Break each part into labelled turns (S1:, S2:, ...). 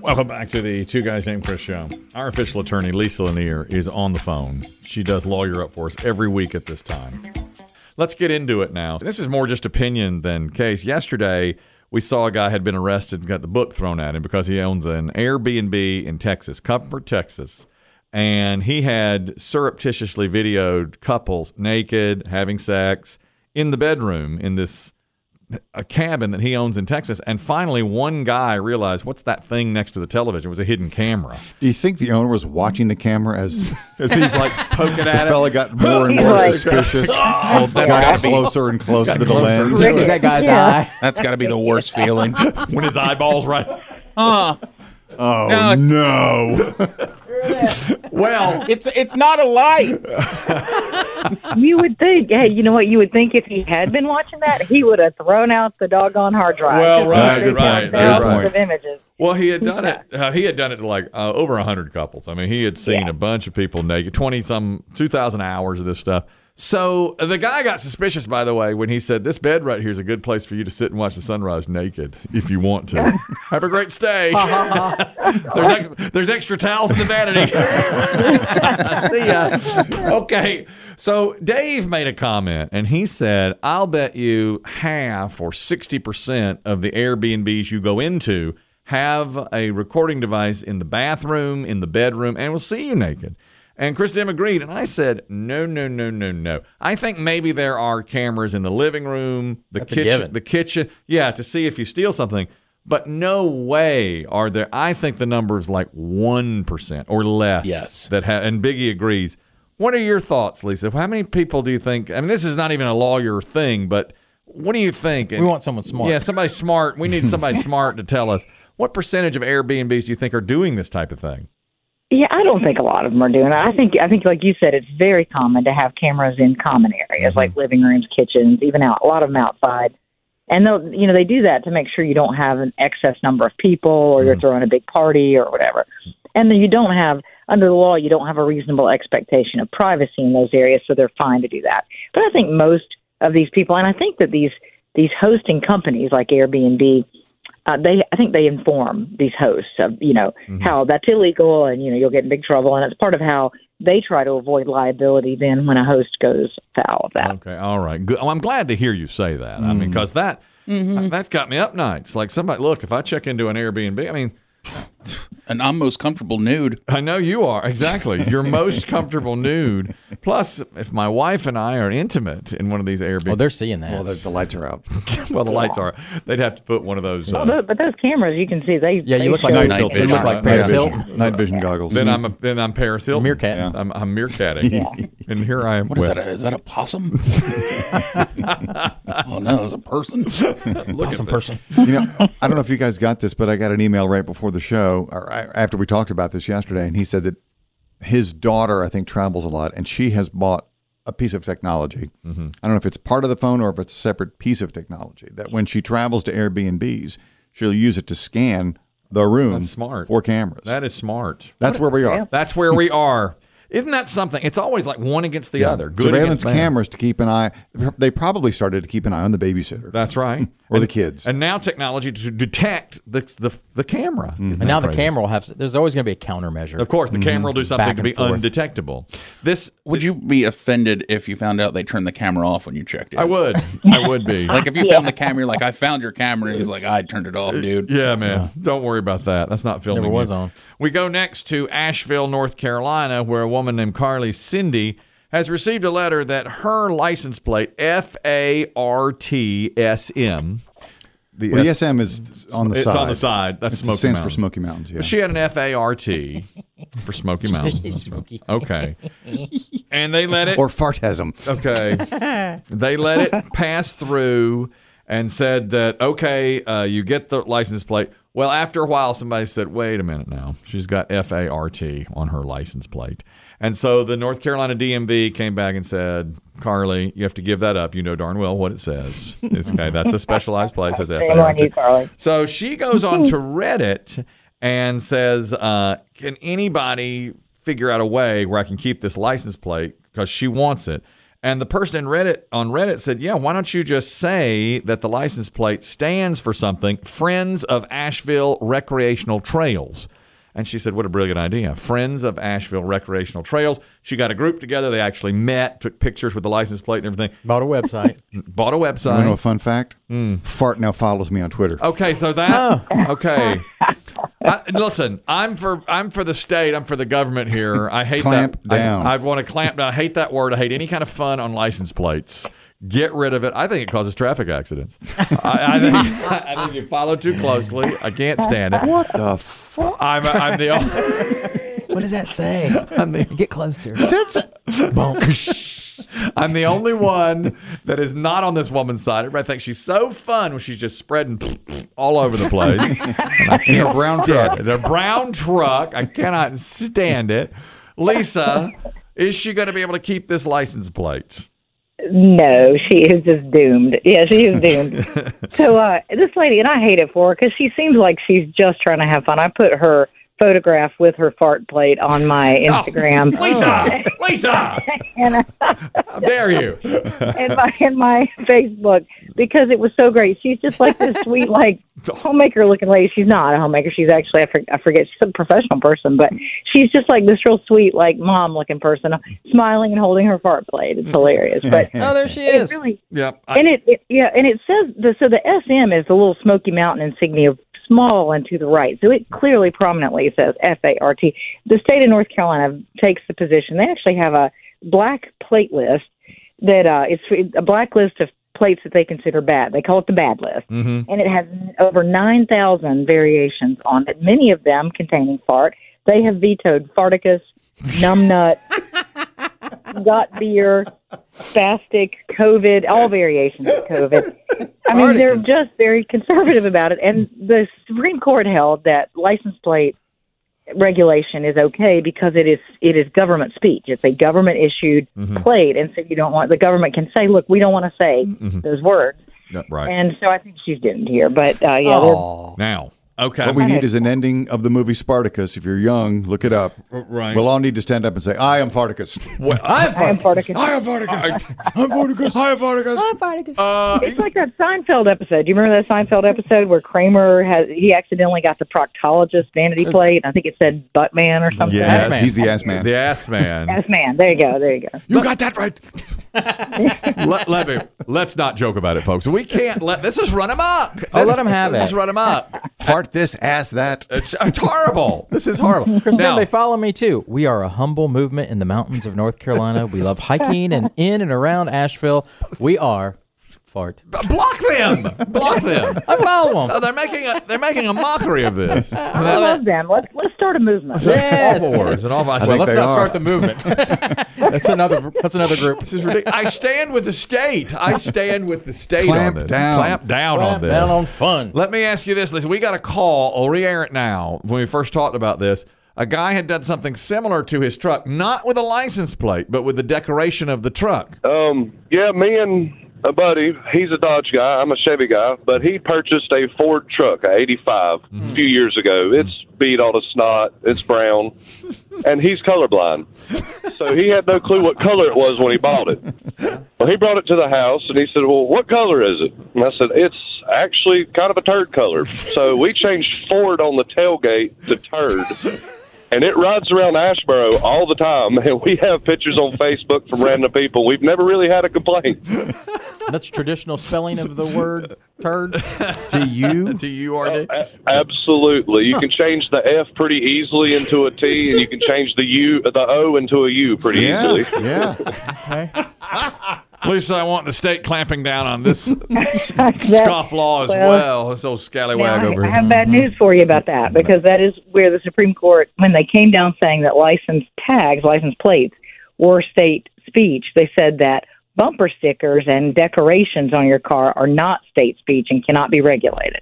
S1: Welcome back to the Two Guys Named Chris show. Our official attorney, Lisa Lanier, is on the phone. She does lawyer up for us every week at this time. Let's get into it now. This is more just opinion than case. Yesterday, we saw a guy had been arrested and got the book thrown at him because he owns an Airbnb in Texas, Comfort, Texas. And he had surreptitiously videoed couples naked, having sex in the bedroom in this a cabin that he owns in Texas. And finally, one guy realized, what's that thing next to the television? It was a hidden camera.
S2: Do you think the owner was watching the camera as
S1: As he's like poking
S2: the
S1: at it.
S2: fella got more and more suspicious?
S3: Oh, that's
S2: got
S3: gotta be
S2: closer and closer to the
S1: closer.
S2: lens.
S4: Look at that guy's eye.
S3: that's gotta be the worst feeling.
S1: When his eyeballs right.
S2: Oh
S3: No,
S2: no!
S3: it's-
S1: Well,
S3: It's it's not a light.
S5: You would think, hey, you know what? You would think if he had been watching that, he would have thrown out the doggone hard drive.
S1: Well, right,
S5: Because there's
S1: right,
S5: thousands
S2: right.
S5: of images.
S1: well, he had done it. Uh, he had done it to like uh, over hundred couples. I mean, he had seen a bunch of people naked, twenty some, two thousand hours of this stuff. So uh, the guy got suspicious, by the way, when he said, "This bed right here is a good place for you to sit and watch the sunrise naked if you want to. Have a great stay."
S2: Uh-huh,
S1: there's ex- there's extra towels in the vanity. See ya. Okay. So Dave made a comment and he said, I'll bet you half or 60% of the Airbnbs you go into have a recording device in the bathroom, in the bedroom, and will see you naked. And Chris Dim agreed. And I said, no, no, no, no, no. I think maybe there are cameras in the living room, the
S3: a
S1: kitchen,
S3: given.
S1: the kitchen. Yeah, to see if you steal something. But no way are there. I think the number is like 1% or less
S3: Yes.
S1: that ha- and Biggie agrees. What are your thoughts, Lisa? How many people do you think? I mean, this is not even a lawyer thing, but what do you think?
S4: We want someone smart.
S1: Yeah, somebody smart. We need somebody smart to tell us what percentage of Airbnbs do you think are doing this type of thing?
S5: Yeah, I don't think a lot of them are doing it. I think, I think, like you said, it's very common to have cameras in common areas like living rooms, kitchens, even out. A lot of them outside, and they'll, you know, they do that to make sure you don't have an excess number of people, or you're throwing a big party, or whatever. And then you don't have, under the law, you don't have a reasonable expectation of privacy in those areas, so they're fine to do that. But I think most of these people, and I think that these these hosting companies like Airbnb, uh, they I think they inform these hosts of you know how that's illegal and you know you'll get in big trouble and it's part of how they try to avoid liability then when a host goes foul of that.
S1: Okay, all right. Good. Well, I'm glad to hear you say that. I
S4: Mm-hmm.
S1: mean, because that uh, that's got me up nights. Like somebody, look, if I check into an Airbnb, I mean,
S3: And I'm most comfortable nude.
S1: I know you are exactly. You're most comfortable nude. Plus, if my wife and I are intimate in one of these Airbnbs,
S4: Well, they're seeing that.
S2: Well, the, the lights are out.
S1: Well, the lights are. They'd have to put one of those.
S5: Oh,
S1: Uh,
S5: tho- but those cameras you can see they
S4: yeah,
S5: they
S4: you look like
S5: show-
S2: Night
S4: you
S2: vision.
S4: look like
S1: Night
S4: Paris
S2: vision.
S4: Hilton.
S2: Night vision goggles.
S1: then I'm a, then I'm Paris Hilton.
S4: Meerkat. Yeah.
S1: I'm, I'm meerkatting. And here I am.
S3: What is
S1: with-
S3: that? A, is that a possum? oh no, that's a person.
S4: Awesome person.
S2: you know, I don't know if you guys got this, but I got an email right before the show, or I- after we talked about this yesterday, and he said that his daughter, I think, travels a lot, and she has bought a piece of technology.
S1: Mm-hmm.
S2: I don't know if it's part of the phone or if it's a separate piece of technology that when she travels to Airbnbs, she'll use it to scan the room
S1: That's smart.
S2: for cameras.
S1: That is smart.
S2: That's where we are.
S1: That's where we are. Isn't that something? It's always like one against the other. Good
S2: Surveillance
S1: against bad.
S2: cameras to keep an eye. They probably started to keep an eye on the babysitter
S1: That's right.
S2: or the kids.
S1: And now technology to detect the the, the camera.
S2: Mm-hmm.
S4: And now the camera will have. There's always going to be a countermeasure.
S1: Of course, the camera will do something
S4: Back
S1: to
S4: and
S1: be
S4: forth.
S1: undetectable. This
S3: Would you be offended if you found out they turned the camera off when you checked in?
S1: I would. I would be.
S3: Like if you found the camera, you're like, I found your camera. And he's like, I turned it off, dude.
S1: Uh, Yeah, man. Don't worry about that. That's not filming.
S4: Never was
S1: you.
S4: on.
S1: We go next to Asheville, North Carolina, where a woman named Carly Cindy has received a letter that her license plate F A R T S M. The
S2: Well, the
S1: S-
S2: SM is on the
S1: it's
S2: side.
S1: on the side. That's
S2: It
S1: Smoky
S2: stands for
S1: Mountains.
S2: Smoky Mountains. Yeah.
S1: But she had an F A R T for Smoky Mountains.
S4: Smoky.
S1: Okay. And they let it
S2: or fartasm.
S1: Okay. they let it pass through and said that okay, uh, you get the license plate. Well, after a while, somebody said, "Wait a minute now, she's got F A R T on her license plate," and so the North Carolina DMV came back and said, "Carly, you have to give that up. You know darn well what it says. It's okay. That's a specialized place. That's F A
S5: Shame
S1: R
S5: on you,
S1: T."
S5: Carly.
S1: So she goes on to Reddit and says, uh, "Can anybody figure out a way where I can keep this license plate because she wants it?" And the person in Reddit on Reddit said, "Yeah, why don't you just say that the license plate stands for something? Friends of Asheville Recreational Trails." And she said, What a brilliant idea. Friends of Asheville Recreational Trails. She got a group together. They actually met, took pictures with the license plate and everything,
S4: Bought a website.
S1: bought a
S2: You want to know a
S1: website.
S2: fun fact? Fart now follows me on Twitter.
S1: Okay, so that okay. I, listen, I'm for I'm for the state. I'm for the government here. I hate
S2: Clamp
S1: that. I-
S2: down.
S1: I, want to clamp down. I hate that word. I hate any kind of fun on license plates. Get rid of it. I think it causes traffic accidents. I, I, think, I think you follow too closely. I can't stand it. What?
S2: The f-
S1: I'm, I'm the only.
S4: what does that say? Get closer.
S1: I'm the only one that is not on this woman's side. Everybody thinks she's so fun when she's just spreading all over the place. And I
S2: In a
S1: can't
S2: brown
S1: stand
S2: truck.
S1: it. A brown truck. I cannot stand it. Lisa, is she going to be able to keep this license plate?
S5: No, she is just doomed. Yeah, she is doomed. so uh, this lady, and I hate it for her because she seems like she's just trying to have fun. I put her photograph with her fart plate on my
S4: Oh,
S5: Instagram.
S1: Lisa,
S2: Oh.
S1: Lisa,
S5: and I,
S1: how dare you?
S5: and my and my Facebook because it was so great. She's just like this sweet, like homemaker looking lady. She's not a homemaker. She's actually I, for, I forget. She's a professional person, but she's just like this real sweet, like mom looking person, smiling and holding her fart plate. It's hilarious, but
S4: Oh, there she
S5: it
S4: is.
S5: really
S1: Yep. I-
S5: and it, it yeah, and it says the, so the SM is the little Smoky Mountain insignia, small and to the right. So it clearly prominently says FART. The state of North Carolina takes the position. They actually have a black plate list that uh, it's a black list of plates that they consider bad. They call it the bad list,
S1: Mhm.
S5: and it has over nine thousand variations on it. Many of them containing fart. They have vetoed farticus, numbnut, got beer spastic, COVID, all variations of COVID. I mean, they're
S4: Articus.
S5: just very conservative about it. And the Supreme Court held that license plate regulation is okay because it is it is government speech. It's a government issued plate, and so you don't want the government can say, "Look, we don't want to say those words."
S1: Yeah, Right.
S5: And so I think she's doomed here. But uh, yeah, they're-
S4: Oh,
S1: Now. Okay.
S2: what we need is an ending of the movie Spartacus. If you're young, look it up.
S1: Right.
S2: We'll all need to stand up and say, "I am Spartacus."
S1: Well, I-
S5: I am Spartacus.
S2: I am Spartacus. I'm Spartacus. I am Spartacus.
S1: uh,
S5: It's like that Seinfeld episode. Do you remember that Seinfeld episode where Kramer has he accidentally got the proctologist vanity plate? and I think it said butt man or something.
S1: Yes.
S4: man.
S2: He's the ass man.
S1: the ass man.
S5: Ass man. There you go. There you go.
S2: You got that right.
S1: let, let me let's not joke about it, folks. We can't let this is run amok. This,
S4: Oh, let 'em have
S1: This is
S4: it.
S1: run amok.
S2: Fart this, ass that.
S1: It's, it's horrible. This is horrible.
S4: Kristen,
S1: Now,
S4: they follow me too. We are a humble movement in the mountains of North Carolina. We love hiking and in and around Asheville. We are fart.
S1: block them. Block them.
S4: I follow
S1: Oh,
S4: them.
S1: they're making a they're making a mockery of this.
S5: I love them. Let's let's start a movement.
S4: Yes.
S1: Awful words and all my.
S2: think
S4: Let's
S2: they
S4: not
S2: are.
S4: start the movement. that's another. That's another group.
S1: This is ridiculous. I stand with the state. I stand with the state
S2: Clamp
S1: on this.
S2: down.
S1: Clamp down on
S4: Clamp
S1: this.
S4: down on fun.
S1: Let me ask you this, Lisa. We got a call, I'll re-air it now, when we first talked about this. A guy had done something similar to his truck, not with a license plate, but with the decoration of the truck.
S5: Uh,
S6: Um, yeah, me and a buddy, he's a Dodge guy, I'm a Chevy guy, but he purchased a Ford truck, a 85, a few years ago. It's beat all to snot, it's brown, and he's colorblind. So he had no clue what color it was when he bought it. Well, he brought it to the house and he said, Well, what color is it? And I said, It's actually kind of a turd color. So we changed Ford on the tailgate to turd. And it rides around Ashboro all the time, and we have pictures on Facebook from random people. We've never really had a complaint.
S4: That's traditional spelling of the word turd.
S2: To you,
S1: Do you already?
S6: A- absolutely, you can change the F pretty easily into a T, and you can change the U, the O into a U pretty
S2: yeah,
S6: easily.
S2: yeah.
S1: Lisa, I want the state clamping down on this
S5: That-
S1: scofflaw as
S5: well,
S1: well. This old scallywag
S5: Now,
S1: over
S5: I, I
S1: here.
S5: have bad news for you about that because that is where the Supreme Court, when they came down saying that license tags, license plates, were state speech, they said that bumper stickers and decorations on your car are not state speech and cannot be regulated.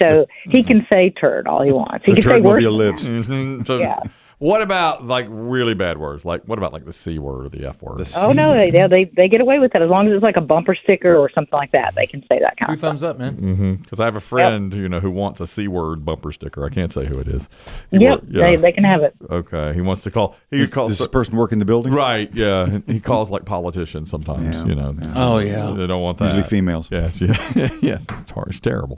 S5: So he can say turd all he wants. He
S2: The
S5: can say
S2: turd will
S5: worse.
S2: be a lives.
S1: Mhm. So,
S5: Yeah.
S1: what about like really bad words? Like, what about like the c word or the f word?
S5: Oh no, they, they they they get away with that as long as it's like a bumper sticker or something like that. They can say that kind
S4: Two
S5: of stuff.
S4: thumbs up, man.
S1: Because I have a friend, you know, who wants a c word bumper sticker. I can't say who it is. He wor-
S5: Yep,
S1: yeah.
S5: they they can have it.
S1: okay. He wants to call. He
S2: Does
S1: calls
S2: does this person work in the building?
S1: right. Yeah. And He calls like politicians sometimes.
S2: Yeah.
S1: You know.
S3: Oh, yeah.
S1: They don't want that.
S2: Usually females.
S1: Yes. Yeah. yes. It's, tar- it's terrible.